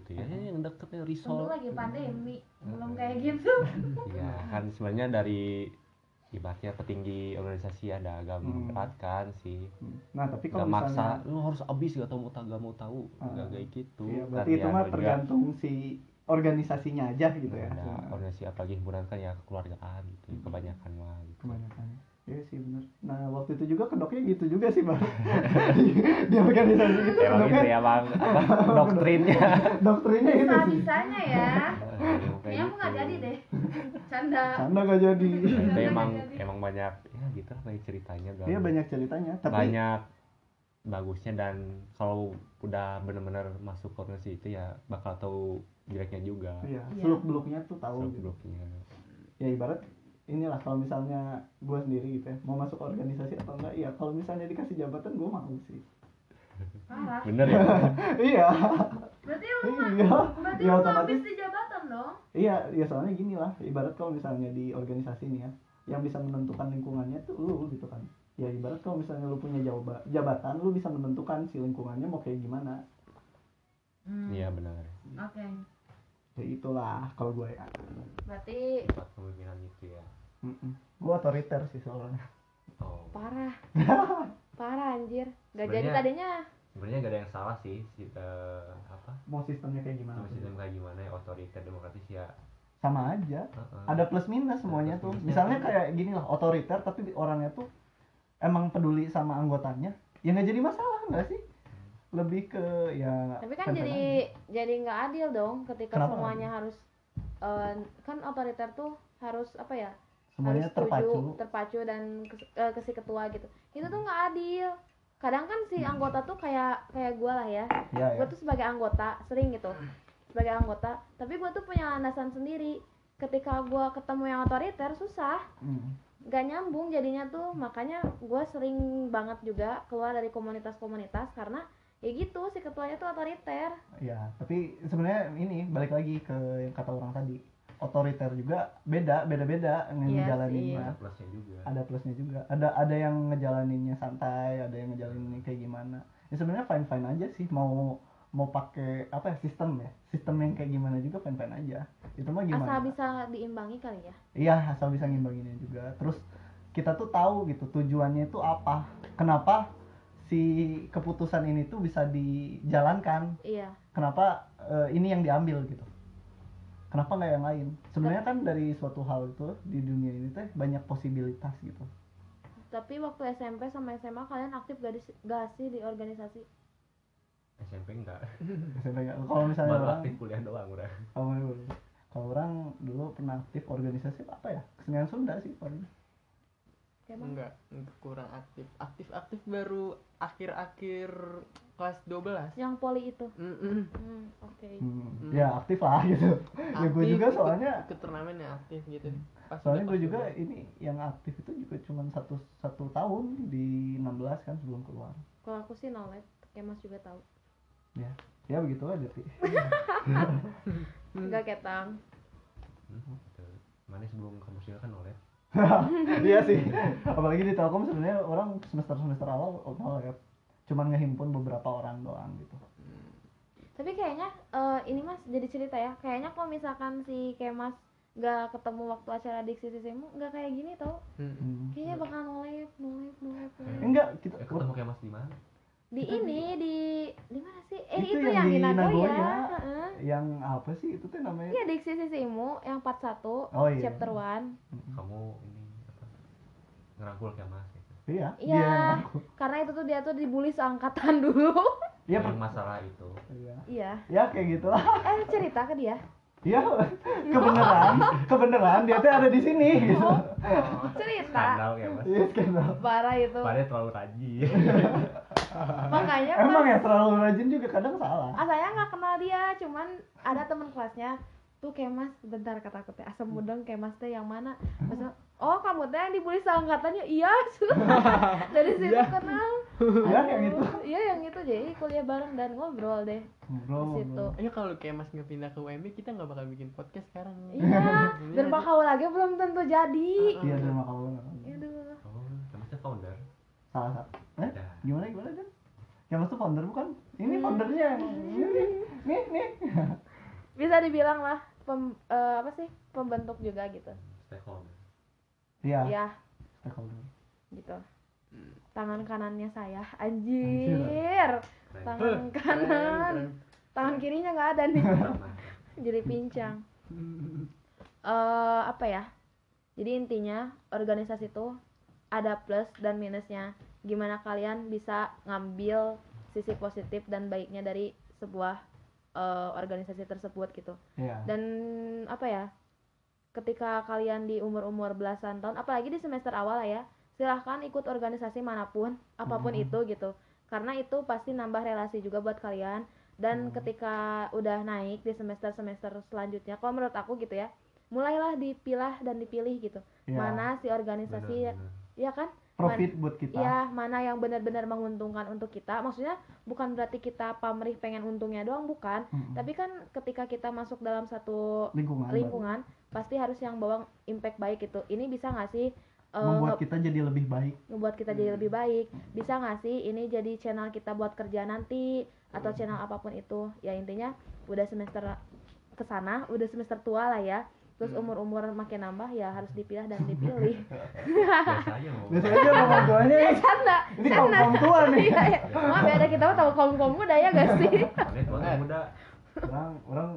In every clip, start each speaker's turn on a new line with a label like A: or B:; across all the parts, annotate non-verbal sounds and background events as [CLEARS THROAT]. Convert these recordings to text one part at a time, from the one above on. A: gitu ya.
B: Untung
C: risol
B: lagi pandemi, belum kayak gitu.
A: Iya, kan sebenarnya dari ibaratnya petinggi organisasi ada agak
C: Hmm.
A: memberatkan sih.
C: nah tapi kalau
A: Gak
C: misalnya
A: maksa, lu harus abis gak tau mau tak gak mau tahu,
C: Ah.
A: gak kayak gitu.
C: Iya,
A: Kan
C: berarti itu
A: ya
C: mah
A: namanya
C: tergantung si organisasinya aja gitu ya.
A: ada
C: sebenarnya.
A: Nah, organisasi apalagi himpunan kan ya kekeluargaan gitu,
C: Hmm.
A: kebanyakan mah gitu.
C: Kebanyakan. Iya sih bener. Nah waktu itu juga kedoknya gitu juga sih bang. [LAUGHS] Di organisasi itu
A: Emang
C: kedoknya
A: itu ya bang, apa, doktrinnya.
C: dokternya itu sih.
B: Bisa-bisanya ya.
A: Emang kayak
B: Kayaknya aku nggak
A: gitu.
B: jadi deh. Canda.
C: Canda gak jadi.
A: Itu
B: Nggak
A: emang
B: jadi.
A: emang banyak ya gitu lah banyak ceritanya gak
C: Iya banyak ceritanya. Tapi
A: banyak bagusnya dan kalau udah bener-bener masuk ke organisasi itu ya bakal tahu jeleknya juga.
C: Iya,
B: Iya.
C: seluk beluknya tuh tahu gitu.
A: Blok-bloknya.
C: Ya ibarat inilah kalau misalnya gue sendiri gitu ya mau masuk organisasi atau enggak ya kalau misalnya dikasih jabatan gue mau sih [LAUGHS]
B: Parah.
A: Bener ya?
C: iya
B: Berarti lu mah.
C: Iya.
B: Berarti
C: Ya,
B: lu mah
C: otomatis.
B: habis di jabatan dong.
C: Iya, ya soalnya gini lah, ibarat kalau misalnya di organisasi nih ya, yang bisa menentukan lingkungannya tuh lu gitu kan. Ya ibarat kalau misalnya lu punya jawab jabatan, lu bisa menentukan si lingkungannya mau kayak gimana.
B: Hmm,
A: Iya benar.
B: Oke.
C: Ya itulah kalau gue ya.
B: Berarti
A: Tempat kepemimpinan gitu ya.
C: Gue otoriter sih soalnya.
A: Oh.
D: parah parah anjir nggak jadi
A: Sebenarnya-
D: tadinya
A: Sebenarnya gak ada yang salah sih si, eh, apa
C: Mau sistemnya kayak gimana?
A: sama sistem kayak gimana ya otoriter demokratis ya.
C: Sama aja.
A: Heeh.
C: Ada plus minus semuanya
A: Plus
C: tuh.
A: minusnya.
C: Misalnya kayak gini lah, otoriter tapi orangnya tuh emang peduli sama anggotanya. Ya nggak jadi masalah nggak sih? Lebih ke ya.
D: tapi kan
C: fan-fan aja.
D: jadi jadi nggak adil dong ketika
C: Kenapa nggak
D: semuanya harus eh, kan otoriter tuh harus apa ya
C: semuanya
D: harus
C: terpacu.
D: setuju, terpacu dan ke, eh, ke si ketua gitu itu tuh nggak adil kadang kan si anggota tuh kayak kayak gue lah ya
C: Ya, ya.
D: gue tuh sebagai anggota sering gitu sebagai anggota tapi gue tuh punya landasan sendiri ketika gue ketemu yang otoriter susah
C: Hmm.
D: gak nyambung jadinya tuh makanya gue sering banget juga keluar dari komunitas-komunitas karena ya gitu si ketuanya tuh otoriter
C: Ya, tapi sebenarnya ini balik lagi ke yang kata orang tadi. Otoriter juga beda, beda-beda yang
D: Iya
C: ngejalaninnya.
A: Ada plusnya juga.
C: Ada plusnya juga. Ada ada yang ngejalaninnya santai, ada yang ngejalaninnya kayak gimana. Ya sebenarnya fine-fine aja sih mau mau pakai apa ya sistem ya. Sistem yang kayak gimana juga fine-fine aja. Itu mah gimana?
D: asal bisa diimbangi kali ya
C: Iya, asal bisa ngimbanginnya juga. Terus kita tuh tahu gitu tujuannya itu apa. Kenapa si keputusan ini tuh bisa dijalankan
D: iya
C: kenapa eh, ini yang diambil gitu kenapa nggak yang lain sebenarnya kan dari suatu hal itu di dunia ini teh banyak posibilitas gitu
D: tapi waktu SMP sama SMA kalian aktif gak, dis- gak sih di organisasi
A: SMP enggak.
C: Sebenarnya kalau misalnya
A: Baru
C: orang
A: aktif kuliah doang udah.
C: kalau kalau orang dulu pernah aktif organisasi apa ya kesenian Sunda sih paling
D: emang
E: Enggak, enggak, kurang aktif. Aktif-aktif baru akhir-akhir kelas 12.
D: yang poli itu
E: Mm-mm.
D: hmm, oke
C: Hmm,
E: Hmm.
C: ya aktif lah [LAUGHS] gitu ya gue
E: Aktif,
C: juga
E: ikut-
C: soalnya
E: ikut turnamen yang aktif gitu. Pas
C: soalnya gue
E: udah pas
C: juga
E: udah.
C: ini yang aktif itu juga cuma satu satu tahun di 16 kan sebelum keluar
D: kalau aku sih nolet kemas juga tahu
C: ya begitu aja sih
E: Hmm.
D: enggak ketang
A: Hmm, gitu. Mana sebelum kamu sih kan oleh
C: iya sih apalagi di telkom sebenarnya orang semester semester awal awal ya cuman ngehimpun beberapa orang doang gitu
D: tapi kayaknya eh, ini mas jadi cerita ya kayaknya kalau misalkan si kemas gak ketemu waktu acara diksi sisimu gak kayak gini tau
E: Mm-mm.
C: Hmm.
D: kayaknya bakal nolet nolet nolet nolet
C: enggak kita
A: Eh, ketemu kayak mas di mana?
D: di ini di di mana sih eh
C: Itu
D: itu,
C: yang
D: yang,
C: di
D: di Nagoya,
C: Nagoya.
D: Heeh.
C: yang apa sih itu teh namanya
D: iya diksi sisimu yang part 1
C: Oh, iya.
D: chapter 1
A: Kamu ini apa? Ngerangkul kayak mas gitu.
C: iya dia
D: iya
C: yang aku
D: karena itu tuh dia tuh dibully seangkatan [LAUGHS] dulu
C: iya
A: Yang
C: per-
A: masalah itu.
C: iya
D: iya
C: ya kayak gitulah
D: eh cerita ke dia
C: iya kebenaran kebenaran dia teh ada di sini
D: Oh.
C: gitu
D: cerita
A: Skandal kayak mas.
C: iya skandal
D: parah itu
A: Padahal terlalu rajin.
D: Iya. makanya
C: emang
D: pas
C: ya terlalu rajin juga kadang salah
D: Iya, ah, saya nggak kenal dia cuman ada teman kelasnya tuh kemas bentar kata aku teh asam mudeng kemas teh yang mana Maksudnya, oh kamu teh yang dibully seangkatannya iya [LAUGHS] dari situ
E: Iya.
D: kenal
C: iya kayak
D: Aduh,
C: gitu
D: iya yang itu jadi kuliah bareng dan ngobrol deh
C: ngobrol
D: Di situ.
C: ngobrol.
E: Ya kalau kayak Mas nggak pindah ke UMB kita nggak bakal bikin podcast sekarang.
D: iya
E: Iya.
D: dermakawa lagi belum tentu jadi Gitu.
C: iya sama kamu
D: Aduh.
A: Oh, kayak masnya founder.
C: salah satu eh
A: Udah.
C: gimana gimana
D: Hmm. [LAUGHS]
C: kan yang itu founder bukan ini foundernya yang ini nih nih
D: bisa dibilang lah pem- eh, apa sih pembentuk juga gitu
A: stakeholder
C: Iya,
D: ya
C: stakeholder.
D: gitu tangan kanannya saya
C: Anjir.
D: anjir
A: keren
D: tangan kanan tangan kirinya nggak ada nih [LAUGHS]
A: Tanah.
D: jadi pincang eh apa ya jadi intinya organisasi itu ada plus dan minusnya gimana kalian bisa ngambil sisi positif dan baiknya dari sebuah eh, organisasi tersebut gitu
C: Iya.
D: dan apa ya ketika kalian di umur-umur belasan tahun apalagi di semester awal lah ya silahkan ikut organisasi manapun apapun
C: Hmm.
D: itu gitu karena itu pasti nambah relasi juga buat kalian dan
C: Hmm.
D: ketika udah naik di semester semester selanjutnya kalau menurut aku gitu ya mulailah dipilah dan dipilih gitu
C: Iya.
D: mana si organisasi
A: Benar, benar.
D: ya kan
C: profit buat kita.
D: Iya, mana yang benar-benar menguntungkan untuk kita. Maksudnya bukan berarti kita pamrih pengen untungnya doang, bukan.
C: Mm-mm.
D: Tapi kan ketika kita masuk dalam satu
C: lingkungan. Bang.
D: lingkungan pasti harus yang bawa impact baik gitu ini bisa nggak sih eh,
C: membuat
D: nge-
C: kita jadi lebih baik.
D: ngebuat kita jadi
E: Hmm.
D: lebih baik bisa nggak sih ini jadi channel kita buat kerja nanti atau channel apapun itu ya intinya udah semester kesana udah semester tua lah ya terus
E: Hmm.
D: umur umur makin nambah ya harus dipilah dan dipilih [LAUGHS]
A: biasa aja mau
C: [LAUGHS] Biasanya aja orang tuanya
D: canda
C: ini kaum kaum tua nih.
D: Kan iya ya mah beda kita mah tahu kaum kaum muda ya gak sih
E: Iya,
A: Kalian tua atau muda
C: orang orang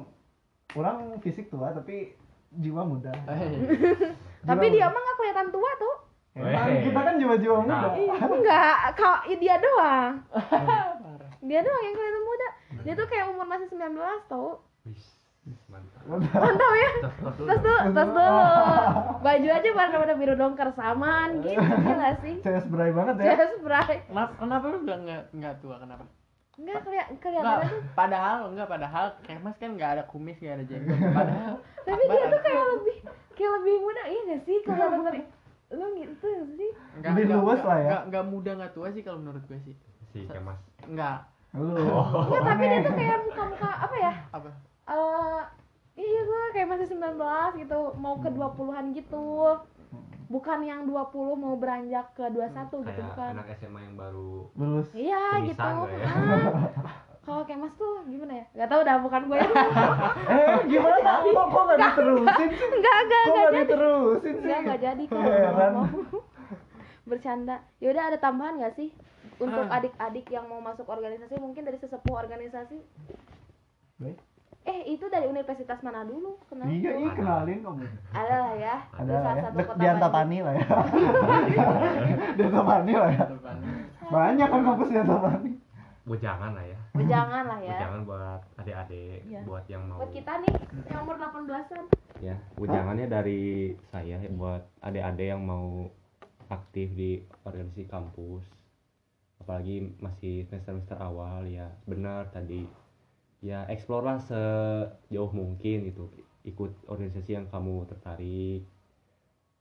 C: orang fisik tua tapi jiwa muda.
E: Eh,
D: tapi dia
C: Jiwa
D: mah nggak kelihatan tua tuh
C: muda. Emang kita kan jiwa-jiwa
A: Nah.
C: muda.
D: nggak kau dia doang
E: Parah.
D: dia doang yang kelihatan muda dia tuh kayak umur masih 19 tau
A: Wih, mantap
D: Mantap ya
A: Tos, tos dulu.
D: Terus dulu, terus dulu Baju aja warna-warna biru dongker samaan gitu Gila sih
C: CS berai banget ya.
D: Just bright
E: Kenapa, kenapa lu bilang nggak nggak tua kenapa?
D: Enggak keliat, kelihatannya
E: Nggak,
D: tuh
E: padahal enggak padahal kemas kan nggak ada kumis nggak ada jenggot. Padahal
D: [LAUGHS] Tapi dia
E: apaan?
D: tuh kayak lebih Kayak lebih muda, iya gak sih? Kelihatan dari Lu gitu nggak sih?
E: Nggak-
C: Lebih
E: nggak-
C: luas
E: nggak-
C: lah ya.
E: nggak- nggak muda nggak tua sih kalau menurut gue sih.
A: si kemas
E: Nggak
C: Lu. Oh.
D: Enggak, tapi dia tuh kayak muka-muka apa ya?
E: apa?
D: Eh, iya gue kayak masih 19 gitu Mau ke 20-an gitu Bukan yang 20 mau beranjak ke 21
A: Hmm,
D: gitu
A: kayak
D: bukan
A: anak SMA yang baru
C: Lulus.
D: Iya
A: Kumisan
D: gitu.
A: lah ya.
D: Ah. Kalau kayak mas tuh gimana ya? Gak tau dah, bukan ya. gue yang
C: Eh, gimana? Kok kok enggak diterusin sih?
D: Enggak, enggak,
C: Kok
D: enggak
C: enggak
D: jadi.
C: diterusin sih?
D: Enggak, enggak Iya, jadi kok.
C: Heran.
D: ngomong. Bercanda. Yaudah ada tambahan gak sih? Untuk
E: Ah.
D: adik-adik yang mau masuk organisasi, mungkin dari sesepuh organisasi.
C: Baik.
D: Eh, itu dari universitas mana dulu? Kenapa?
C: Iya, iya kenalin kamu.
D: Ada lah ya.
C: Ada
D: Di
C: lah
D: salah
C: ya.
D: satu
C: Dek-
D: kota
C: Di
D: Bandung.
C: Antapani lah ya. [LAUGHS] Di Antapani lah ya.
E: Depan.
C: Banyak kan kampus di Antapani.
A: bujangan lah ya
D: Jangan lah ya.
A: bujangan buat adik-adik
D: Iya.
A: buat yang mau
D: Buat kita nih, yang umur 18-an.
A: ya ujangannya dari saya buat adik-adik yang mau aktif di organisasi kampus apalagi masih semester semester awal ya benar tadi ya explore lah sejauh mungkin gitu ikut organisasi yang kamu tertarik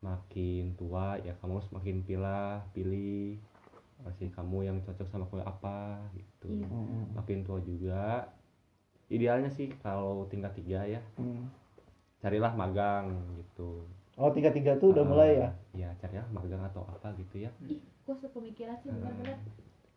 A: makin tua ya kamu harus makin pilah pilih organisasi kamu yang cocok sama kamu apa gitu
D: Iya.
A: makin tua juga idealnya sih kalau tingkat tiga ya carilah magang gitu
C: Hmm. Oh,
A: Ah,
C: tiga-tiga ya?
A: iya carilah magang atau apa gitu ya
D: Ih, gue sepemikiran sih bener-bener.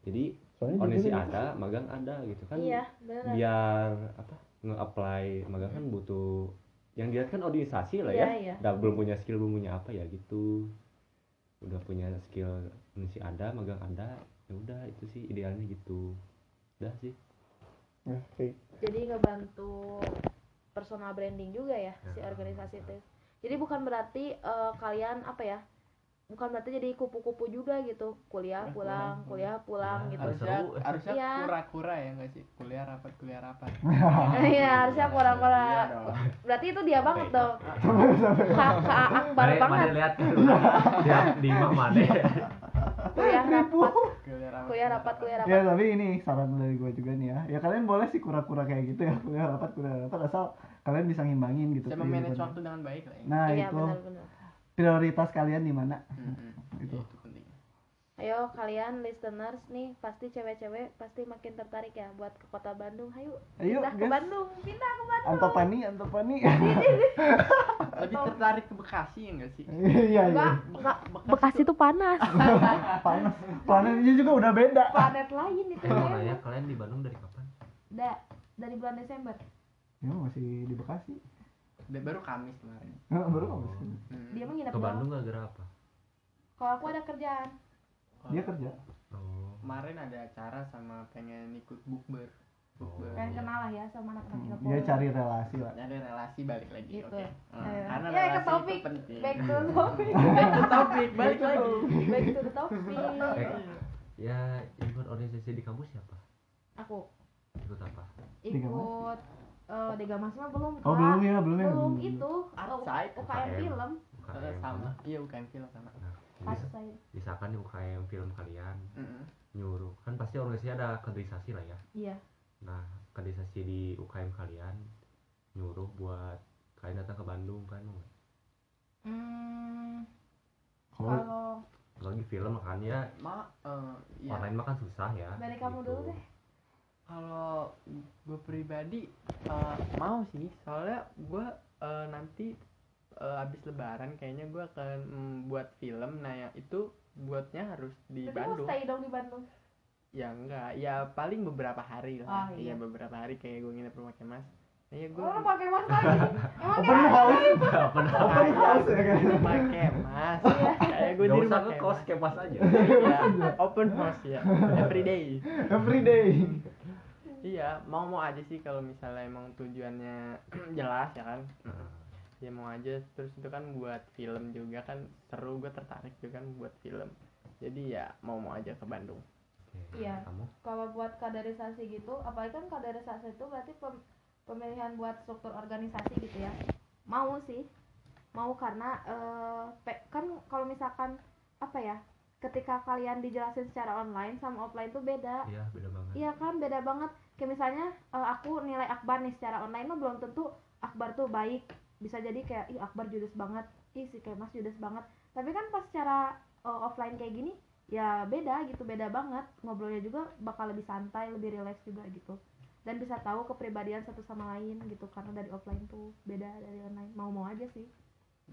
A: jadi
C: Soalnya
A: organisasi
C: jujur-
A: ada magang ada gitu kan
D: Iya, beneran.
A: biar apa nge-apply magang kan butuh yang dilihat kan organisasi lah ya
D: Iya, iya.
A: Dah belum punya skill belum punya apa ya gitu udah punya skill organisasi ada magang ada ya udah itu sih idealnya gitu udah sih
C: Ya, oke.
D: Jadi ngebantu personal branding juga ya si
A: Ya.
D: organisasi itu. Jadi bukan berarti eh, kalian apa ya? Bukan berarti jadi kupu-kupu juga gitu. Kuliah
E: Kuliah
D: pulang,
E: pulang,
D: kuliah pulang
A: Ya.
D: gitu.
E: Harusnya
A: Seru.
E: harusnya
D: Iya.
E: kura-kura ya nggak sih? Kuliah rapat kuliah rapat.
D: [LAUGHS] Iya, harusnya
E: Iya
D: kurang-kurang.
E: dong.
D: Berarti itu dia banget
A: Oke,
D: dong.
A: oke.
D: Kak Kak Akbar
A: Mane-
D: banget Iya.
A: Mane lihat kan
D: [LAUGHS]
A: lihat di mah Mane.
D: kuliah rapat,
E: Kuliah rapat.
D: kuliah rapat, kuliah
C: Ah, Ya
D: rapat.
C: tapi ini saran dari gue juga nih ya. Ya kalian boleh sih kura-kura kayak gitu ya, kuliah rapat kuliah rapat asal kalian bisa ngimbangin gitu.
E: Bisa
C: kehidupan.
E: memanage waktu dengan baik lah. Ya.
C: Nah
D: Iya,
C: itu
D: benar-benar.
C: prioritas kalian di mana?
E: Mm-mm.
C: Itu.
E: Hmm, Itu penting.
D: Ayo kalian listeners nih pasti cewek-cewek pasti makin tertarik ya buat ke kota Bandung. Ayo,
C: Ayo
D: pindah ke
C: guys,
D: Bandung, pindah ke Bandung.
C: antapani antapani.
E: Lebih tertarik ke Bekasi ya nggak sih?
C: [LAUGHS] Iya iya.
D: Enggak, enggak. Bekasi tuh panas.
C: Panas. Planetnya juga udah beda.
D: [LAUGHS] Planet lain itu
A: Emang
D: memang.
A: kalian di Bandung dari kapan?
D: Da, dari bulan Desember.
C: Ya masih di Bekasi.
E: Dan baru Kamis kemarin.
C: Nah, [LAUGHS] baru kamu sih.
E: Hmm.
D: Dia mah nginep
A: ke
D: doang.
A: Bandung gak gerak apa
D: Kalau aku ada kerjaan.
E: Kalau
C: Dia kerja.
A: oh
E: Kemarin ada acara sama pengen ikut bukber.
A: oh.
E: Bukber.
D: Pengen kenal lah ya sama anak-anak
C: Hmm,
D: Singapura.
C: Dia cari relasi lah.
E: Nyari relasi balik lagi,
D: Gitu.
E: oke. Hmm,
D: Ya.
E: Karena
D: Ya, ke
E: relasi itu
D: topik.
E: penting.
D: Back to the
C: [LAUGHS]
D: topic.
E: Ke topik, balik lagi.
D: Back to the topic.
A: Eh, ya ikut organisasi di kampus siapa
D: Aku
A: ikut apa
D: ikut eh Dega Mas mah belum
C: Oh
D: Kak.
C: belum ya belum ya
D: belum itu eh,
E: Outside.
D: UKM
A: UKM.
D: film
E: Eh,
A: UKM
E: sama. Iya, bukan film sama.
A: Nah,
D: pas
A: bisa-
D: saya
A: misalkan di UKM film kalian
E: Mm-mm.
A: nyuruh kan pasti organisasi ada kaderisasi lah ya
D: iya
A: Nah, kaderisasi di UKM kalian nyuruh buat kalian datang ke Bandung kan?
D: hmm,
C: Kalau
D: kalau
A: Apalagi film kan ya,
E: Ma, eh, iya.
A: online mah kan susah ya.
D: Dari kamu dulu deh.
E: kalau gue pribadi eh, mau sih soalnya gue eh, nanti eh, abis lebaran kayaknya gue akan mm, buat film nah ya, itu buatnya harus di
D: tapi mau
E: Bandung
D: stay dong di Bandung
E: ya enggak ya paling beberapa hari
D: Ah,
E: lah
D: iya.
E: iya. beberapa hari kayak gue nginep rumah kemas nah ya gue
D: oh pakai mas lagi emang
C: open house
D: kan
A: Apa
C: open
E: Nah, iya,
C: house ya kan.
E: di rumah kemas
D: Iya.
E: kayak gue
A: Gak
E: di
A: usah
E: rumah
A: ke kos
E: kemas
A: kepas
E: [LAUGHS]
A: aja.
E: Iya, open house ya everyday
C: Every day.
E: iya mau mau aja sih kalau misalnya emang tujuannya [CLEARS THROAT] jelas ya kan
A: Nah,
E: ya mau aja terus itu kan buat film juga kan seru gue tertarik juga kan buat film jadi ya mau mau aja ke Bandung
A: oke.
D: Iya.
A: Kamu?
D: kalau buat kaderisasi gitu apalagi kan kaderisasi itu berarti pem- pemilihan buat struktur organisasi gitu ya mau sih mau karena eh, pe- kan kalau misalkan apa ya ketika kalian dijelasin secara online sama offline tuh beda
A: Iya, beda banget.
D: Iya kan beda banget. Kayak misalnya eh, aku nilai akbar nih secara online mah belum tentu akbar tuh baik. Bisa jadi kayak ih akbar judes banget, ih si kemas judes banget. Tapi kan pas secara eh, offline kayak gini ya beda gitu, beda banget. Ngobrolnya juga bakal lebih santai, lebih rileks juga gitu. Dan bisa tahu kepribadian satu sama lain gitu karena dari offline tuh beda dari online. Mau-mau aja sih.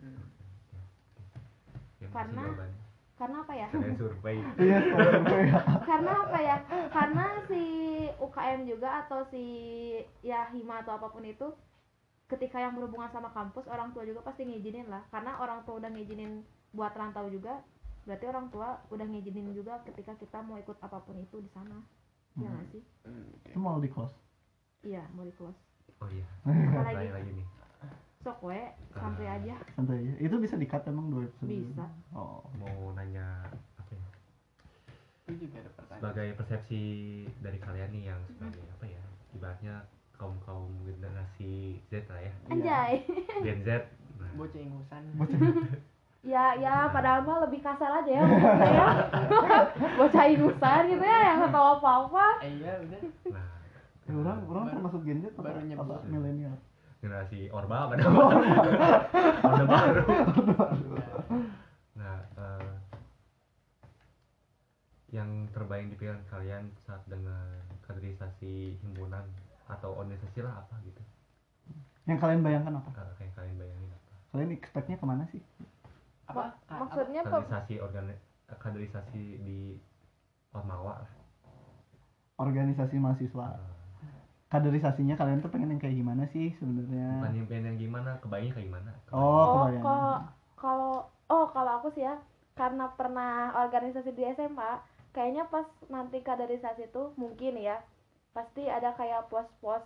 E: Hmm.
A: Ya, masih
D: karena-
A: jawabannya.
D: Karena apa ya?
A: Kalian
D: [LAUGHS]
A: survei.
C: Iya. survei.
D: karena apa ya karena si UKM juga atau si ya hima atau apapun itu ketika yang berhubungan sama kampus orang tua juga pasti ngizinin lah karena orang tua udah ngizinin buat rantau juga berarti orang tua udah ngizinin juga ketika kita mau ikut apapun itu di sana ya
E: Hmm.
D: nggak sih
C: Itu mau di close.
D: iya mau di close
A: Oh iya,
D: apalagi
A: tanya lagi nih.
D: sok we
E: Ah,
D: sampai aja
E: iya.
C: Santai aja. Itu bisa di cut emang dua episode.
D: Bisa.
C: Oh.
A: Mau nanya apa ya?
E: itu juga ada pertanyaan
A: Sebagai persepsi dari kalian nih yang sebagai apa ya? Ibaratnya kaum kaum generasi Z lah ya,
D: anjay [LAUGHS]
A: Gen Z. Nah,
E: bocah ingusan
D: ya
E: Iya.
D: ya padahal mah lebih kasar aja ya maksudnya
E: [LAUGHS]
D: ya bocah ingusan gitu ya yang nggak tahu apa apa
E: eh, iya udah
A: Nah,
C: Ya, orang orang
E: Baru-
C: termasuk Gen Z apa,
E: baru nyebut.
C: apa milenial?
A: generasi orba pada [LAUGHS] orde baru nah eh, yang terbayang di pikiran kalian saat dengan kaderisasi himpunan atau organisasi lah apa gitu
C: Yang kalian bayangkan apa?
A: Eh, kayak kalian bayangin apa
C: Kalian expect-nya kemana sih?
E: apa Ah, apa?
D: maksudnya pem-
A: kaderisasi organi- eh, kaderisasi di ormawa lah
C: Organisasi mahasiswa. Kaderisasinya kalian tuh pengen yang kayak gimana sih
A: bukan
C: sebenarnya?
A: yang pengen yang gimana kebayangnya kayak gimana
C: Oh,
D: Oh,
C: kebayang.
D: kalau kalau oh kalau aku sih ya karena pernah organisasi di SMA, kayaknya pas nanti kaderisasi itu mungkin ya pasti ada kayak pos-pos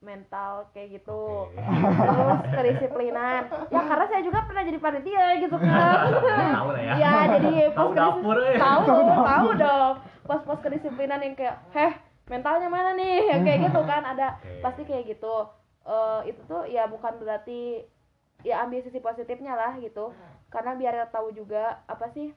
D: mental kayak gitu
A: Oke.
D: terus kedisiplinan ya karena saya juga pernah jadi panitia gitu
A: [LAUGHS]
D: kan
A: tahu lah ya
D: ya jadi
A: tahu
D: pos kedisiplinan
A: dapur eh.
D: tahu dong, tahu dong pos-pos kedisiplinan yang kayak heh mentalnya mana nih yang kayak gitu kan ada
A: Oke.
D: pasti kayak gitu Eh, itu tuh ya bukan berarti ya ambil sisi positifnya lah gitu karena biar tahu juga apa sih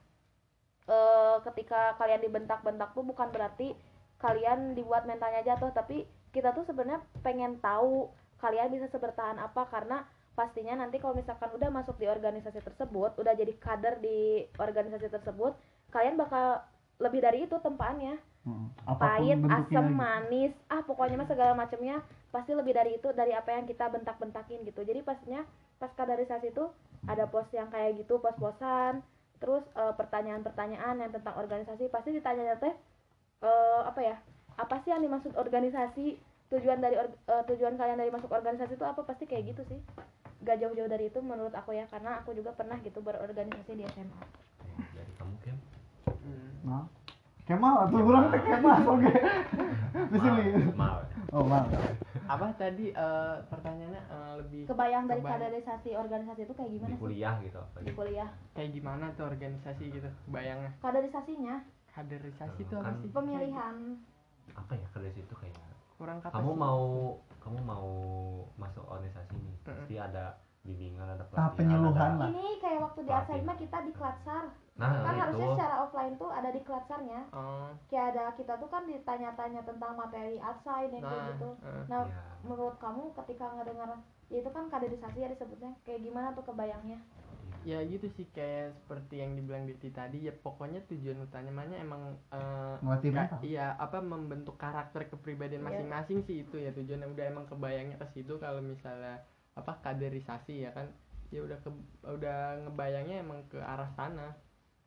D: eh ketika kalian dibentak-bentak tuh bukan berarti kalian dibuat mentalnya jatuh tapi kita tuh sebenarnya pengen tahu kalian bisa sebertahan apa karena pastinya nanti kalau misalkan udah masuk di organisasi tersebut udah jadi kader di organisasi tersebut kalian bakal lebih dari itu tempaannya
C: Hmm. Apapun
D: pahit
C: bentuknya
D: asam
C: gitu.
D: manis ah pokoknya mah segala macamnya pasti lebih dari itu dari apa yang kita bentak-bentakin gitu jadi pastinya pas kaderisasi itu ada pos yang kayak gitu pos-posan terus eh, pertanyaan-pertanyaan yang tentang organisasi pasti ditanya teh eh, apa ya apa sih yang dimaksud organisasi tujuan dari or- eh, tujuan kalian dari masuk organisasi itu apa pasti kayak gitu sih gak jauh-jauh dari itu menurut aku ya karena aku juga pernah gitu berorganisasi di SMA
A: dari kamu Kem
E: Hmm.
C: Nah. Kemal atau kurang teh Kemal oke. Di sini.
A: mal, mal.
C: Oh, mal.
E: apa tadi eh, pertanyaannya eh, lebih
D: kebayang dari
E: Kebayang.
D: kaderisasi organisasi itu kayak
A: di
D: gimana sih
A: kuliah gitu apa
D: di
A: gitu.
D: kuliah
E: kayak gimana tuh organisasi gitu bayangnya
D: kaderisasinya
E: kaderisasi
A: Eh,
E: tuh apa
A: kan-
E: sih
D: pemilihan
A: apa ya kerja itu kayak
E: kurang kata
A: kamu
E: sih.
A: mau kamu mau masuk organisasi nih
E: Mm-mm.
A: pasti ada bimbingan ada
C: Tahap
A: pelatihan
C: Nah, penyuluhan
A: ada-
C: lah.
D: ini kayak waktu di Atsaima kita di klatsar
A: nah
D: kan
A: itu
D: harusnya secara offline tuh ada di klatsarnya
E: Oh,
D: kayak ada kita tuh kan ditanya-tanya tentang materi outside yang kayak
E: nah
D: gitu
E: eh,
D: nah
A: ya,
D: menurut kamu ketika ngedengar ya itu kan kaderisasi ya disebutnya kayak gimana tuh kebayangnya
A: Iya.
E: ya gitu sih kayak seperti yang dibilang Diti tadi ya pokoknya tujuan utamanya emang eh,
C: Ngelatih
E: Ka-
C: mental.
E: Iya, apa membentuk karakter kepribadian
D: Iya.
E: masing-masing sih itu ya tujuannya udah emang kebayangnya ke situ kalau misalnya apa kaderisasi ya kan ya udah ke, udah ngebayangnya emang ke arah sana.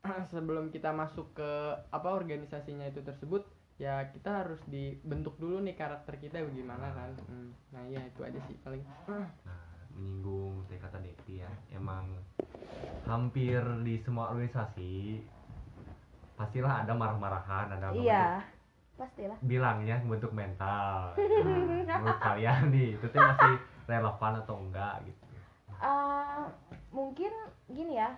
E: [CLEARS THROAT] Sebelum kita masuk ke apa organisasinya itu tersebut ya kita harus dibentuk dulu nih karakter kita gimana kan. Hmm, Nah, iya itu aja sih paling.
A: nah, menyinggung tadi kata Deti ya emang hampir di semua organisasi pastilah ada marah-marahan ada apa
D: Iya. pastilah
A: bilangnya bentuk mental nah, menurut kalian nih itu tuh masih relevan atau enggak gitu
D: Eh, mungkin gini ya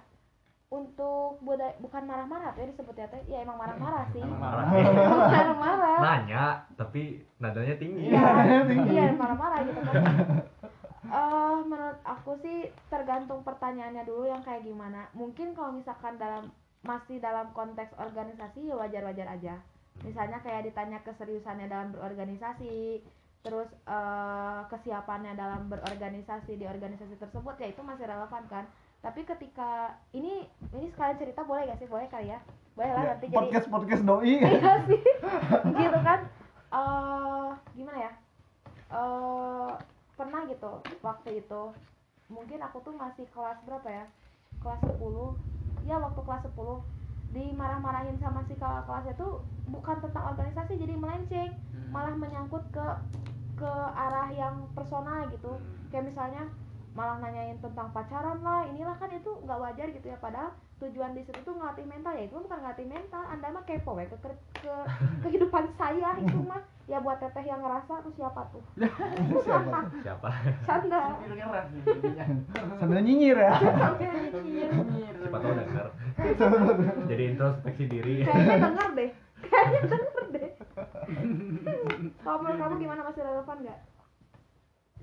D: untuk budaya bukan marah-marah tuh ya disebutnya teh ya emang marah-marah sih
E: Iya. Emang Nah,
A: marah
D: [LAUGHS]
E: [LAUGHS]
D: marah-marah
A: nanya tapi nadanya tinggi
D: Iya, iya marah-marah gitu kan. Eh, menurut aku sih tergantung pertanyaannya dulu yang kayak gimana. Mungkin kalau misalkan dalam masih dalam konteks organisasi ya wajar-wajar aja. Misalnya kayak ditanya keseriusannya dalam berorganisasi, terus eh, kesiapannya dalam berorganisasi di organisasi tersebut ya itu masih relevan kan. Tapi ketika ini ini sekalian cerita boleh gak sih? Boleh kali ya? Boleh lah nanti jadi
C: Podcast podcast doi. [LAUGHS]
D: iya sih gitu kan eh gimana ya eh pernah gitu waktu itu mungkin aku tuh masih kelas berapa ya kelas 10 ya waktu kelas 10 dimarah-marahin sama si kakak kelasnya tuh bukan tentang organisasi jadi melenceng malah menyangkut ke ke arah yang personal gitu kayak misalnya malah nanyain tentang pacaran lah inilah kan itu nggak wajar gitu ya padahal tujuan di situ tuh ngelatih mental ya itu mah bukan ngelatih mental anda mah kepo ya ke, ke, ke- [LAUGHS] kehidupan saya itu mah ya buat teteh yang ngerasa aku siapa tuh
C: [LAUGHS] Siapa?
A: siapa
D: canda [LAUGHS]
C: Sambil nyinyir ya.
D: sambil
E: Iya,
D: nyinyir
A: siapa tahu denger jadi introspeksi diri
D: [LAUGHS]
A: Iya,
D: kayaknya denger deh kayaknya denger
C: [LAUGHS]
D: deh kalau menurut kamu gimana masih relevan nggak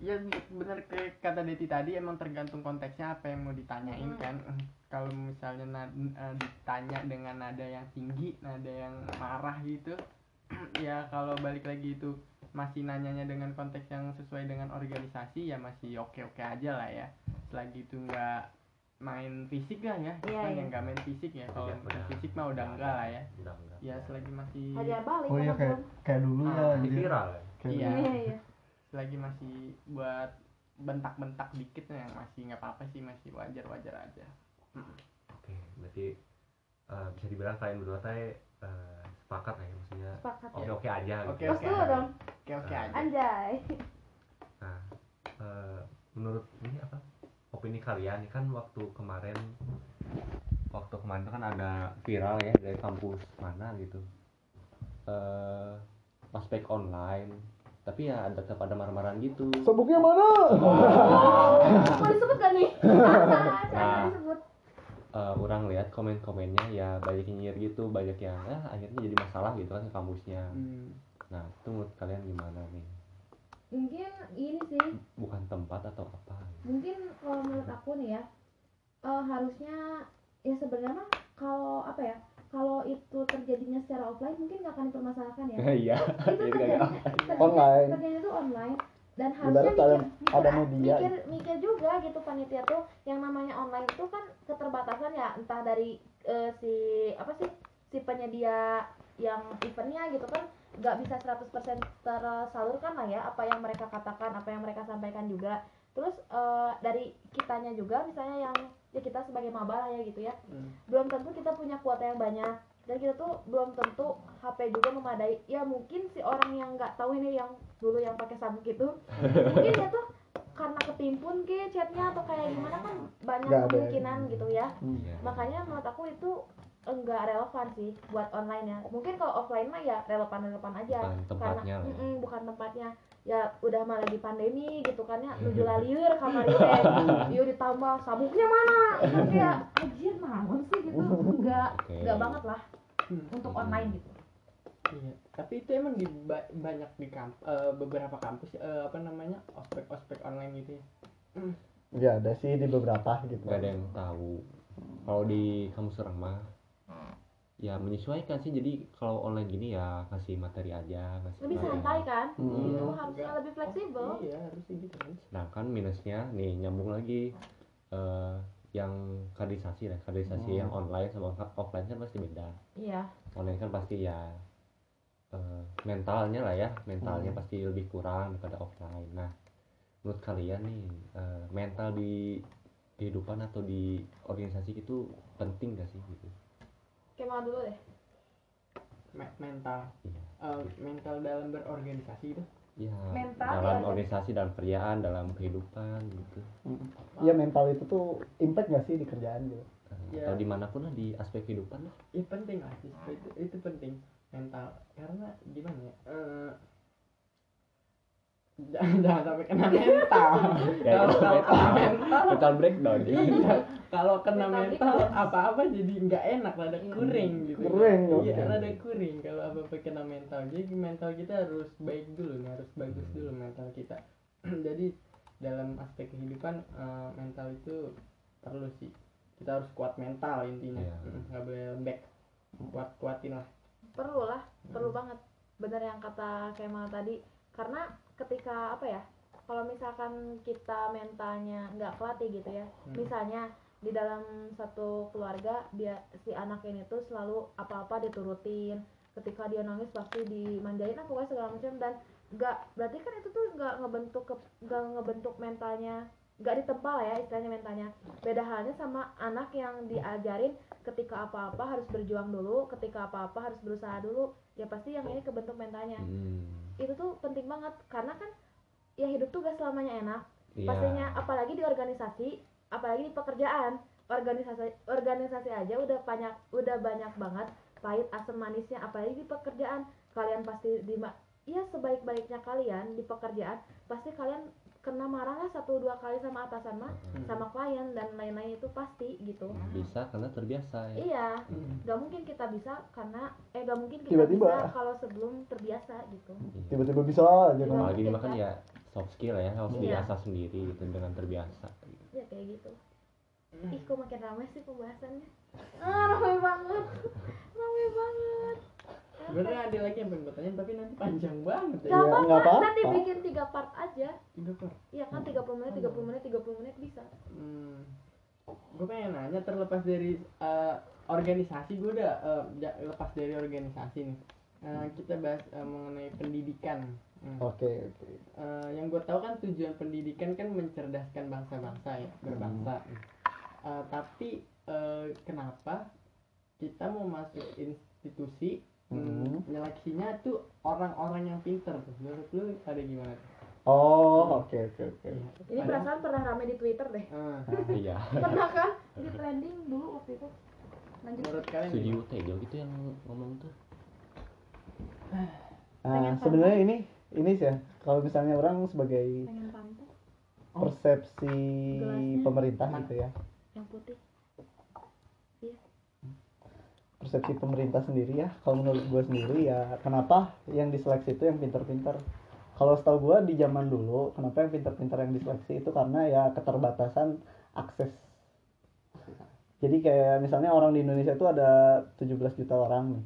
E: Ya bener kayak kata Deti tadi emang tergantung konteksnya apa yang mau ditanyain
D: Hmm.
E: kan. [CLEARS THROAT] Eh, Kalau misalnya na- eh, ditanya dengan nada yang tinggi, nada yang marah gitu, [CLEARS THROAT] ya kalau balik lagi itu masih nanyanya dengan konteks yang sesuai dengan organisasi ya masih oke-oke aja lah ya. Selagi itu nggak main fisik lah ya,
D: Iya,
E: kan
D: iya.
E: yang nggak main fisik ya. Kalau
A: Iya,
E: main
A: iya.
E: fisik mah udah enggak lah ya.
A: udah enggak
E: Ya selagi masih
D: hajar balik
C: [LAUGHS] Oh iya
D: sama
C: kayak
D: belum?
C: kayak dulu ya
E: Ah,
A: Ini
C: anjir.
A: viral ya?
C: Kayak
E: Iya.
C: dulu.
D: iya iya
E: lagi masih buat bentak-bentak dikit yang masih nggak apa-apa sih masih wajar-wajar aja
A: oke berarti eh, bisa dibilang kalian berdua teh eh, sepakat lah ya maksudnya
D: sepakat
A: oke oke aja gitu.
E: Oke,
D: terus dulu dong
E: oke oke aja
C: [LAUGHS]
D: anjay
A: Nah, eh, menurut ini apa? Opini kalian ini kan waktu kemarin waktu kemarin itu kan ada viral ya dari kampus mana gitu. Eh, aspek online, tapi ya ada tetap ada marah-marahan gitu.
C: Sabuknya mana?
D: mau disebut gak
C: [LAUGHS]
D: nih Canda, canda
A: Nah.
D: disebut
A: Eh, orang lihat komen-komennya ya banyak yang nyinyir gitu, banyak yang ah, akhirnya jadi masalah gitu kan ke kampusnya.
E: Hmm.
A: Nah, itu menurut kalian gimana nih?
F: mungkin ini sih
A: Bukan tempat atau apa?
F: mungkin kalau menurut aku nih ya eh, harusnya ya sebenarnya mah kalau apa ya kalau itu terjadinya secara offline mungkin nggak akan dipermasalahkan ya
A: Iya,
F: itu kan
A: jadi
F: terjadi
A: kagak.
F: terjadi-
C: Online.
F: terjadi itu online dan harusnya
C: Ibarat ada-
F: mikir, mikir, ah,
C: ada media
F: mikir, mikir juga gitu panitia tuh yang namanya online itu kan keterbatasan ya entah dari eh, si apa sih si penyedia yang eventnya gitu kan nggak bisa 100% tersalurkan lah ya apa yang mereka katakan apa yang mereka sampaikan juga terus eh, dari kitanya juga misalnya yang ya kita sebagai maba lah ya gitu ya
E: Hmm.
F: belum tentu kita punya kuota yang banyak
D: dan kita tuh belum tentu HP juga memadai ya mungkin si orang yang nggak tahu ini yang dulu yang pakai sabuk itu mungkin dia tuh karena ketimpun ke chatnya atau kayak gimana kan banyak
C: Nggak ada.
D: kemungkinan gitu ya
A: Iya.
D: makanya menurut aku itu enggak relevan sih buat online ya mungkin kalau offline mah ya relevan relevan aja
A: Bukan tempatnya lah
D: karena
A: ya.
D: Mm-mm, bukan tempatnya ya udah mah lagi pandemi gitu kan ya
A: [LAUGHS]
D: nuju lah liur kamar liur liur ditambah sabuknya mana itu kayak anjir naon sih
A: [LAUGHS]
D: gitu enggak
A: Oke.
D: enggak banget lah
E: Hmm.
D: untuk online gitu
E: Iya, tapi itu emang di ba- banyak di kamp eh, beberapa kampus eh, apa namanya ospek-ospek online gitu ya.
C: ya ada sih di beberapa gitu
A: nggak ada yang tahu kalau di kampus orang mah ya menyesuaikan sih jadi kalau online gini ya kasih materi aja kasih
D: lebih
A: materi.
D: santai kan
C: Hmm.
D: itu harusnya lebih fleksibel
E: Iya, harusnya gitu kan.
A: sedangkan Nah, minusnya nih nyambung lagi eh, yang kaderisasi lah kaderisasi
C: Hmm.
A: yang online sama off- offline kan pasti beda
D: iya
A: online kan pasti ya eh, mentalnya lah ya mentalnya
C: Hmm.
A: pasti lebih kurang daripada offline nah menurut kalian nih eh, mental di kehidupan atau di organisasi itu penting gak sih gitu
D: kayak mau dulu deh
E: Me- mental
A: Iya.
E: eh, mental dalam berorganisasi itu.
A: ya
D: Mental
A: dalam
D: ya.
A: organisasi dalam kerjaan dalam kehidupan gitu
C: ya mental itu tuh impact gak sih di kerjaan gitu
A: Eh,
E: Ya.
A: atau dimanapun lah di aspek kehidupan lah
E: Ya penting lah, itu, itu, itu penting mental karena gimana ya? eh, [LAUGHS] jangan, jangan sampai kena mental.
A: Ya,
E: Kalau-
A: itu
E: kalau
A: mental.
E: kena mental,
A: mental breakdown
D: Iya.
E: kalau kena
D: Mental Iya.
E: mental
D: breakdown.
E: apa-apa jadi nggak enak rada kuring gitu
C: Kuring,
E: iya
C: oke.
E: rada kuring kalau apa-apa kena mental jadi mental kita harus baik dulu nih, harus bagus dulu mental kita [CLEARS THROAT] jadi dalam aspek kehidupan eh, mental itu perlu sih kita harus kuat mental intinya
A: Iya.
E: Mm, nggak boleh lembek kuat kuatin lah
D: perlu lah perlu
A: Hmm.
D: banget bener yang kata Kemal tadi karena ketika apa ya kalau misalkan kita mentalnya nggak kelatih gitu ya
E: Hmm.
D: misalnya di dalam satu keluarga dia si anak ini tuh selalu apa-apa diturutin ketika dia nangis pasti dimanjain apa pokoknya segala macam dan nggak berarti kan itu tuh nggak ngebentuk ke- nggak ngebentuk mentalnya nggak ditempa lah ya istilahnya mentalnya beda halnya sama anak yang diajarin ketika apa-apa harus berjuang dulu ketika apa-apa harus berusaha dulu ya pasti yang ini kebentuk mentalnya
A: Hmm,
D: itu tuh penting banget karena kan ya hidup tuh gak selamanya enak
A: iya.
D: pastinya apalagi di organisasi apalagi di pekerjaan organisasi organisasi aja udah banyak udah banyak banget pahit asam manisnya apalagi di pekerjaan kalian pasti di ma- ya sebaik-baiknya kalian di pekerjaan pasti kalian kena marah lah satu dua kali sama atasan mah
A: Heeh.
D: sama klien dan lain-lain itu pasti gitu
A: Eh, bisa karena terbiasa ya
D: iya
E: Mm.
D: gak mungkin kita bisa karena eh gak mungkin kita
C: Tiba-tiba.
D: bisa kalau sebelum terbiasa gitu
A: Iya.
C: tiba-tiba bisa aja kan
D: Iya.
A: apalagi ini makan ya soft skill ya harus
D: Iya.
A: diasah sendiri gitu dengan terbiasa
D: ya kayak gitu
E: Mm.
D: ih kok makin ramai sih pembahasannya ah ramai banget ramai banget
E: sebenarnya ada lagi yang pengen gue tanyain, tapi nanti panjang banget ya
C: Iya,
D: Gak
C: nggak
D: apa-apa,
C: apa-apa.
D: nanti bikin tiga part aja
E: tiga per-
D: Iya kan 30 menit, 30 menit, 30 menit bisa
E: Hmm, gue pengen nanya terlepas dari eh, organisasi gue udah eh, ja- lepas dari organisasi nih. Eh, kita bahas eh, mengenai pendidikan. Hmm.
C: oke oke
E: Eh, yang gue tahu kan tujuan pendidikan kan mencerdaskan bangsa-bangsa ya berbangsa. Eh, tapi eh, kenapa kita mau masuk institusi
C: Hmm.
E: hmm, nyeleksinya tuh orang-orang yang pinter tuh. Menurut lu ada gimana? tuh?
C: oh oke oke oke
D: Ini
E: Ada-
D: perasaan pernah ramai di Twitter deh [LAUGHS]
E: Eh,
A: iya
D: Pernah kan? Di trending dulu waktu itu Lanjut
E: menurut kalian
A: studio Tejo gitu yang ngomong tuh
C: nah sebenarnya ini ini sih ya kalau misalnya orang sebagai
D: pengen pantai
C: persepsi
D: Oh. Gelasnya.
C: pemerintah gitu ya
D: Yang putih
C: persepsi pemerintah sendiri ya kalau menurut gue sendiri ya kenapa yang diseleksi itu yang pinter-pinter kalau setahu gue di zaman dulu kenapa yang pinter-pinter yang diseleksi itu karena ya keterbatasan akses jadi kayak misalnya orang di Indonesia itu ada 17 juta orang nih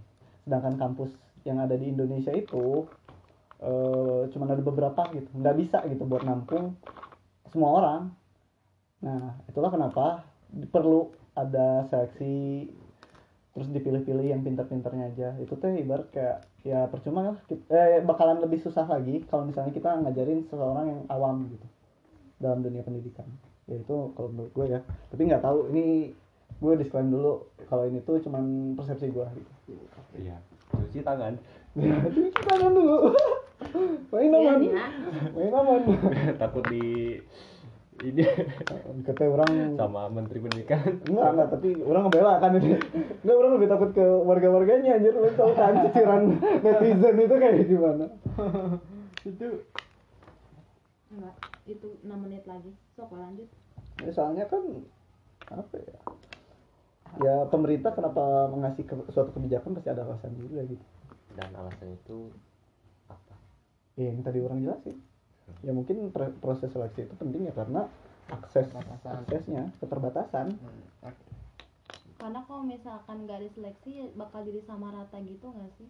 C: sedangkan kampus yang ada di Indonesia itu eh cuma ada beberapa gitu nggak bisa gitu buat nampung semua orang nah itulah kenapa perlu ada seleksi terus dipilih-pilih yang pinter-pinternya aja itu teh ibarat kayak ya percuma lah kit- eh, bakalan lebih susah lagi kalau misalnya kita ngajarin seseorang yang awam gitu dalam dunia pendidikan ya itu kalau menurut gue ya tapi nggak tahu ini gue disclaim dulu kalau ini tuh cuman persepsi gue gitu. [LAUGHS]
A: Iya. Cuci tangan. [LAUGHS]
C: Cuci tangan dulu. [LAUGHS] Main
D: Iya,
C: aman. Main aman. [LAUGHS]
A: Takut di ini [LAUGHS]
C: Kata orang
A: sama menteri pendidikan.
C: Enggak, enggak, tapi orang ngebela kan ini. Enggak, orang lebih takut ke warga-warganya anjir. Lu tau kan ciciran netizen itu kayak gimana.
E: itu
B: Enggak, itu 6 menit lagi. Sok lah, lanjut.
C: Ya, soalnya kan, apa ya. Ya pemerintah kenapa mengasih ke- suatu kebijakan pasti ada alasan juga gitu.
G: dan alasan itu apa
C: Ya, yang tadi orang jelasin. Ya mungkin pre- proses seleksi itu penting ya karena akses
E: Keterbatasan.
C: aksesnya keterbatasan
E: hmm, oke.
D: karena kalau misalkan gak ada seleksi ya bakal jadi sama rata gitu nggak sih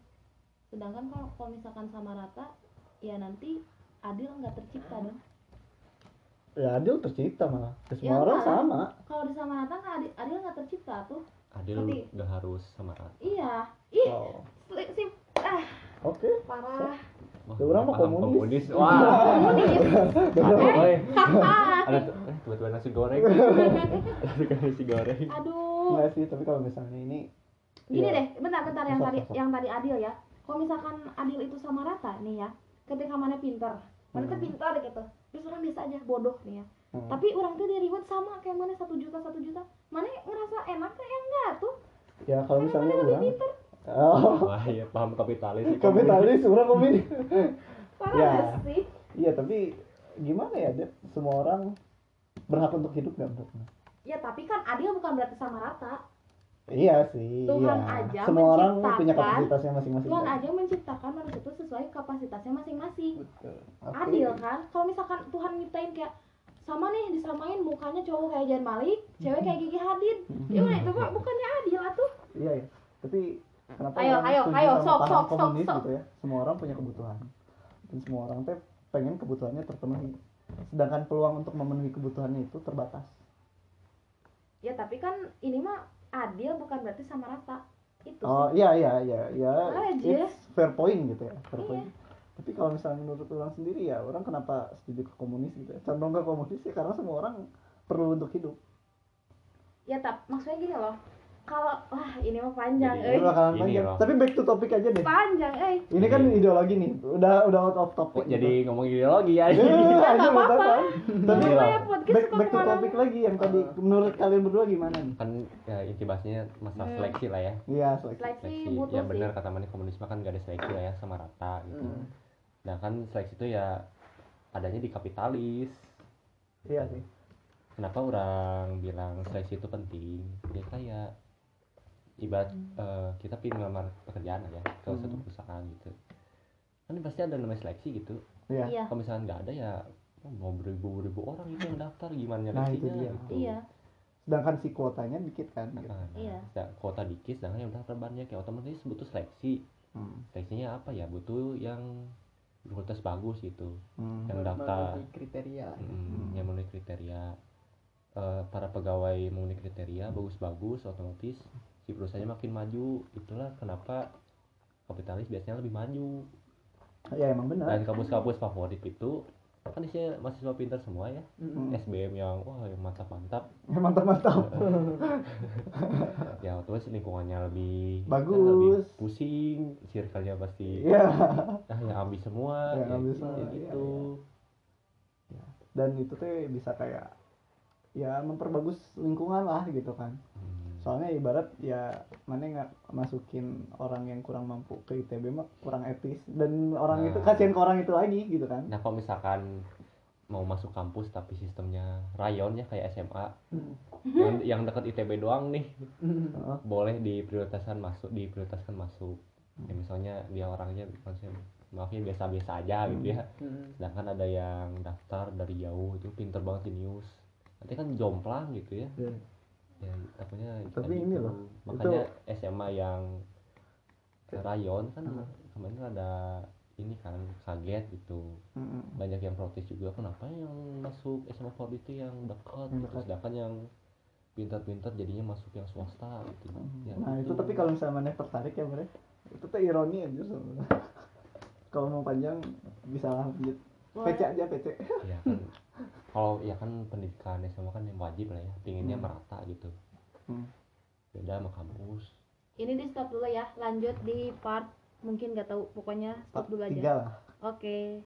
D: sedangkan kalau kalau misalkan sama rata ya nanti adil nggak tercipta dong
C: ya adil tercipta malah Ya, semua
D: Ya,
C: orang
D: kan?
C: sama
D: kalau di sama rata nggak adil, adil nggak tercipta tuh
A: Adil
D: Tapi-
A: udah harus sama rata.
D: iya ih
C: Oh,
D: seleksi sih
C: oke
D: parah
A: Wah,
C: Ya, orang mah
A: paham [LAUGHS]
C: komunis.
A: komunis. Wah. Aduh, woy. Ada eh, tiba-tiba nasi [LAUGHS] goreng. Ada nasi goreng.
D: aduh
C: enggak sih tapi kalau misalnya ini
D: gini
C: ya,
D: deh bentar bentar yang
C: Sok,
D: tadi
C: sok.
D: yang tadi adil ya kalau misalkan adil itu sama rata nih ya ketika mana pinter mana tuh
C: Hmm.
D: pinter gitu terus orang biasa aja bodoh nih ya
C: hmm.
D: tapi orang tuh dari reward sama kayak mana satu juta satu juta mana ngerasa enak kayak enggak tuh
C: ya kalau misalnya
D: mana lebih
C: orang
D: pinter [LAUGHS]
C: oh,
A: Wah, ya paham kapitalis. sih,
C: kapitalis orang komunis
D: parah
C: Ya.
D: nggak sih
C: iya tapi gimana ya Dep? semua orang berhak untuk hidup nggak menurut lu?
D: ya tapi kan adil bukan berarti sama rata
C: iya sih
D: Tuhan
C: iya.
D: aja
C: semua orang punya
D: menciptakan-
C: kapasitasnya masing-masing
D: Tuhan aja menciptakan manusia itu sesuai kapasitasnya masing-masing
E: betul
C: Oke. [LAUGHS]
D: adil kan kalau misalkan Tuhan nyiptain kayak sama nih disamain mukanya cowok kayak Jan Malik
C: Hmm.
D: cewek kayak Gigi Hadid ya udah, itu mah bukannya adil atuh
C: iya ya tapi kenapa
D: Ayo,
C: orang
D: ayo,
C: setuju
D: ayo,
C: sama
D: sok,
C: paham
D: sok, sok,
C: komunis
D: sok.
C: gitu ya semua orang punya kebutuhan dan semua orang teh pengen kebutuhannya terpenuhi sedangkan peluang untuk memenuhi kebutuhannya itu terbatas
D: ya tapi kan ini mah adil bukan berarti sama rata itu
C: Oh
D: sih
C: iya iya iya iya.
D: Aja.
C: It's fair point gitu ya, fair
D: Iya.
C: point. Tapi kalau misalnya menurut orang sendiri ya, orang kenapa setuju ke komunis gitu ya? Condong ke komunis ya karena semua orang perlu untuk hidup.
D: ya tapi maksudnya gini loh kalau wah ini mah panjang
A: Jadi,
C: Ini
D: eh
C: bakalan
A: ini
C: panjang.
A: loh.
C: Tapi back to topic aja deh.
D: panjang eh
C: Ini kan
A: Ini.
C: ideologi nih, udah udah out of topic.
A: Oh, [LAUGHS] jadi ngomong ideologi ya.
C: gitu. Iya, aja
D: apa-apa.
C: betul kan? Tapi
D: Apa ya, podcast
C: back,
D: suka
C: back to
D: kemana-mana.
C: topic lagi yang tadi menurut kalian berdua gimana nih?
A: kan ya, intibasnya masalah
D: Hmm.
A: seleksi lah ya.
C: Iya, seleksi.
D: seleksi
A: seleksi
D: butuh
A: ya
D: sih
A: benar kata Mani komunisme kan gak ada seleksi lah ya sama rata gitu
C: Hmm.
A: sedangkan seleksi itu ya adanya di kapitalis
C: Iya sih.
A: kenapa orang bilang seleksi itu penting ya kayak ibarat eh, kita pingin ngelamar pekerjaan aja ke
C: Hmm.
A: satu perusahaan gitu kan pasti ada namanya seleksi gitu
C: Iya.
D: iya
A: kalau misalnya nggak ada ya mau beribu-ribu orang itu yang daftar gimana
C: Nah,
A: nyeleksinya
C: itu dia.
A: gitu.
D: iya
C: Sedangkan si kuotanya dikit kan. gitu.
A: Nah,
D: Iya.
A: sedang- kuota dikit sedangkan yang daftar banyak ya otomatis butuh seleksi
C: Hmm.
A: seleksinya apa ya butuh yang berkualitas bagus gitu
C: Hmm.
A: yang
E: Menurut-
A: daftar
E: menurut kriteria lah
A: Mm, yang memenuhi kriteria Eh, para pegawai memenuhi kriteria bagus-bagus otomatis si perusahaannya makin maju itulah kenapa kapitalis biasanya lebih maju
C: Ya emang benar.
A: dan kampus-kampus favorit itu kan isinya mahasiswa pintar semua ya
C: Hmm.
A: SBM yang wah yang mantap-mantap
C: Mantap-mantap.
A: ya otomatis lingkungannya lebih kan
C: Bagus.
A: lebih pusing circle-nya pasti
C: Iya.
A: ah yang ambil semua
C: Yang
A: ya,
C: ambil
A: gitu,
C: semua,
A: ya
C: iya,
A: gitu.
C: dan itu tuh bisa kayak ya memperbagus lingkungan lah gitu kan
A: Hmm.
C: soalnya ibarat ya mana nggak masukin orang yang kurang mampu ke ITB mah kurang etis dan orang
A: Nah.
C: itu kasihan ke orang itu lagi gitu kan
A: Nah kalau misalkan mau masuk kampus tapi sistemnya rayonnya kayak SMA
C: Hmm.
A: yang, yang dekat ITB doang nih
E: 嗯
C: Heeh.
A: boleh diprioritaskan masuk diprioritaskan masuk ya misalnya dia orangnya maksudnya maafnya biasa-biasa aja gitu ya
E: Hmm.
A: sedangkan ada yang daftar dari jauh itu pinter banget jenius nanti kan jomplang gitu ya
C: Iya.
A: ya takutnya
C: Tapi
A: tadi
C: ini
A: itu.
C: loh,
A: makanya SMA yang rayon kan
C: Heeh.
A: kemarin ada ini kan kaget gitu
C: Mm-mm.
A: banyak yang protes juga kenapa yang masuk SMA Ford itu yang dekat
C: Yang
A: gitu
C: dekat.
A: sedangkan yang pintar-pintar jadinya masuk yang swasta gitu Ya,
C: nah itu tapi kalau misalnya mana tertarik ya mereka itu tuh ironi aja sebenarnya [LAUGHS] kalau mau panjang bisa lah lanjut PC aja PC
A: ya kan kalau ya kan pendidikan SMA kan yang wajib lah ya pinginnya merata gitu
C: Hmm.
A: beda sama kampus
D: Ini di stop dulu ya. Lanjut di part mungkin gak tahu. Pokoknya stop dulu aja.
C: tiga lah
D: Oke.